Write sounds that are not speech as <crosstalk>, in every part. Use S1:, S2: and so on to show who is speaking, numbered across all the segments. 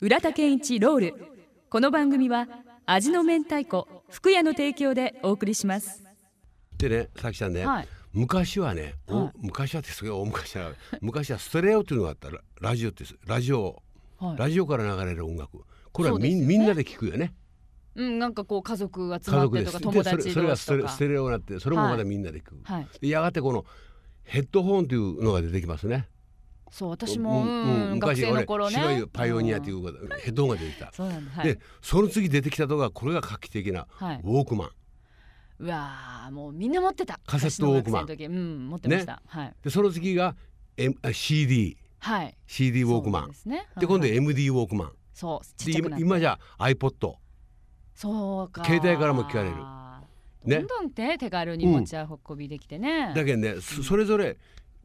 S1: 浦田健一ロールこの番組は味の明太子福屋の提供でお送りします
S2: でねさきちゃんね、
S1: はい
S2: 昔はね、お
S1: はい
S2: 昔はってすごい大昔は昔はステレオっていうのがあったらラジオってすラジオ、
S1: はい
S2: ラジオから流れる音楽これは
S1: そうで
S2: み,、
S1: すよね
S2: みんなで聞くよね
S1: うんなんかこう家族集
S2: 家
S1: まっ
S2: 族
S1: て
S2: で
S1: とか
S2: で
S1: 友
S2: それ
S1: 達
S2: それ
S1: 同
S2: が
S1: 士
S2: ステ
S1: と
S2: レ
S1: か
S2: ステレオになってそれも
S1: はい
S2: まだみんなで聞く、
S1: はい
S2: でやがてこのヘッドホンというのが出てきますね
S1: そう私も
S2: う
S1: うんん、
S2: うん
S1: 学生の頃ね
S2: 昔俺白いパイオニアとい
S1: うん
S2: うこと、ヘッドホンが出てきた、
S1: そうなんだはい、
S2: でその次出てきたのがこれが画期的な
S1: はい、
S2: ウォークマン
S1: うわーもうみんな持ってた
S2: カセットウォークマン
S1: 私の学生の時うん持ってました、はい
S2: でその次が、M、あ CD
S1: はい
S2: CD ウォークマ
S1: そうなん
S2: ン
S1: ですね、
S2: で今度
S1: はい
S2: MD ウォークマン
S1: そうちっ
S2: で
S1: ち
S2: 今
S1: ゃくなって
S2: 今じゃ iPod
S1: そうか
S2: 携帯からも聞かれるね
S1: どんどんって手軽に持ち運びできてね、
S2: だけどねそそれぞれ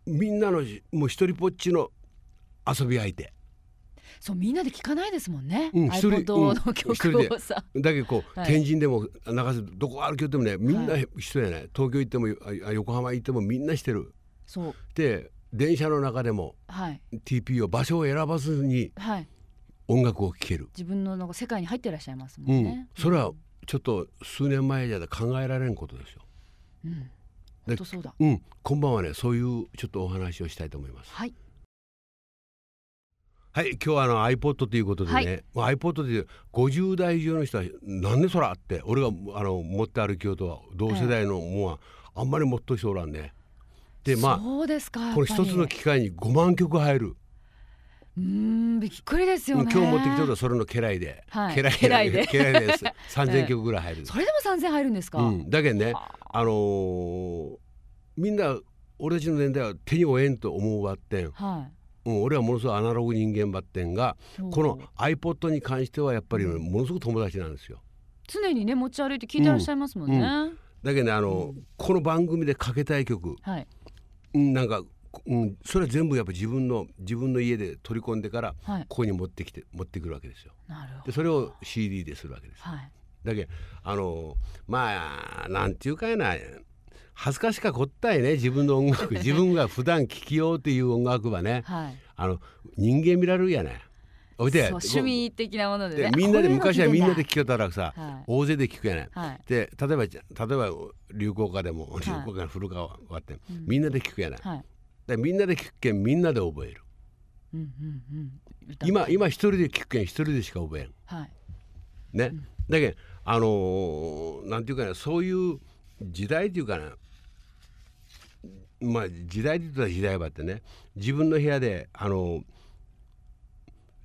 S2: みんなのしもう一人ぼっちの遊び相手
S1: そうみんなで聞かないですもんね、
S2: うん一人
S1: iPod
S2: う
S1: の
S2: ん一人
S1: 曲
S2: で
S1: をさ、
S2: だけどこう、
S1: はい
S2: 天神でも中洲どこ歩きよってもねみんな一緒やね、東京行ってもあ横浜行ってもみんなしてる
S1: そう
S2: で電車の中でも
S1: はい
S2: TPO 場所を選ばずに
S1: はい
S2: 音楽を聴ける、
S1: 自分のなんか世界に入ってらっしゃいますも
S2: うんん
S1: ね、
S2: それはちょっと数年前じゃ考えられんことですよ。
S1: うん本当そうだ
S2: うん、今晩はねそういうちょっとお話をしたいと思います。
S1: はい
S2: はい、今日はあの iPod ということでね、
S1: はい
S2: もう iPod で50代以上の人はなんでそらって俺があの持って歩きようとは同世代のもんはあんまり持っとしておらんね。でま
S1: そうですか
S2: あこの一つの
S1: き
S2: 機会に5万曲入る、
S1: うーんびっくりですよ
S2: う
S1: ね
S2: ん今日持ってきたのはそれの家来で、
S1: はい
S2: 家来
S1: 家来で
S2: 家来で3000曲
S1: <laughs>
S2: ぐらい入る、
S1: それでも三千入るんですか、
S2: うん、だけどね
S1: は
S2: あのーみんな俺たちの年代は手に負えんと思うばってん、
S1: は
S2: うん、俺はものすごいアナログ人間ばってんが
S1: い
S2: この iPod に関してはやっぱりものすごく友達なんですよ。
S1: 常にね持ち歩いて聞いてらっしゃいますもんね、
S2: うんだけどねあの、この番組でかけたい曲
S1: はい
S2: うんなんか、うん、それは全部やっぱ自分の自分の家で取り込んでから
S1: はい
S2: ここに持ってきて持ってくるわけですよ。
S1: なるほ
S2: で
S1: ど
S2: それを CD でするわけです。
S1: はい
S2: だけどあのまあなんていうかやな恥ずかしかこったいね自分の音
S1: <laughs>
S2: 楽自分が普段聴きようという音楽はね
S1: はい
S2: あの人間見られるやね。おいで
S1: そう趣味的なもので
S2: で
S1: ね
S2: みんなで
S1: こういうの聞い
S2: 昔は
S1: て
S2: みん
S1: だ
S2: なで聴けたらさ、
S1: は
S2: 大勢で聴くやね。
S1: いはい
S2: で例えばじゃ例えば流行歌でも流行歌の古川はって、
S1: うん
S2: みんなで聞くやない、
S1: はい
S2: でみんなで聞くけんみんなで覚える
S1: うんうんうん歌
S2: 今今一人で聞くけん一人でしか覚えん
S1: はい
S2: ね、だけどあのーなんていうかなそういう時代っていうかなまあ時代って言ったら時代ばってね自分の部屋であのー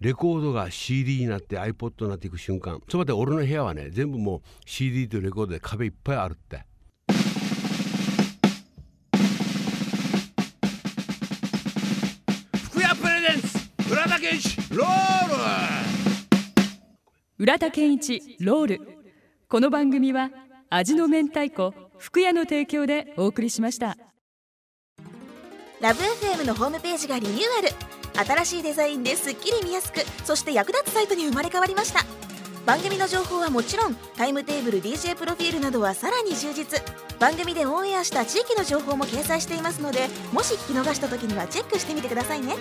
S2: レコードが CD になって iPod になっていく瞬間そばで俺の部屋はね全部もう CD とレコードで壁いっぱいあるって。福屋プレゼンツ浦田健一ロール
S1: 浦田健一ロールこの番組は味の明太子福屋の提供でお送りしました
S3: ラブ f m のホームページがリニューアル新しいデザインですっきり見やすくそして役立つサイトに生まれ変わりました番組の情報はもちろんタイムテーブル DJ プロフィールなどはさらに充実番組でオンエアした地域の情報も掲載していますのでもし聞き逃した時にはチェックしてみてくださいね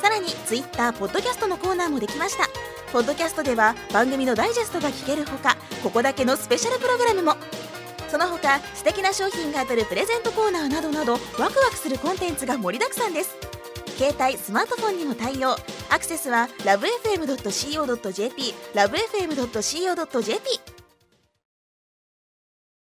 S3: さらに Twitter ポッドキャストのコーナーもできましたポッドキャストでは番組のダイジェストが聞けるほかここだけのスペシャルプログラムもその他素敵な商品が当たるプレゼントコーナーなどなどワクワクするコンテンツが盛りだくさんです携帯スマートフォンにも対応アクセスはラブ FM.co.jp ラブ FM.co.jp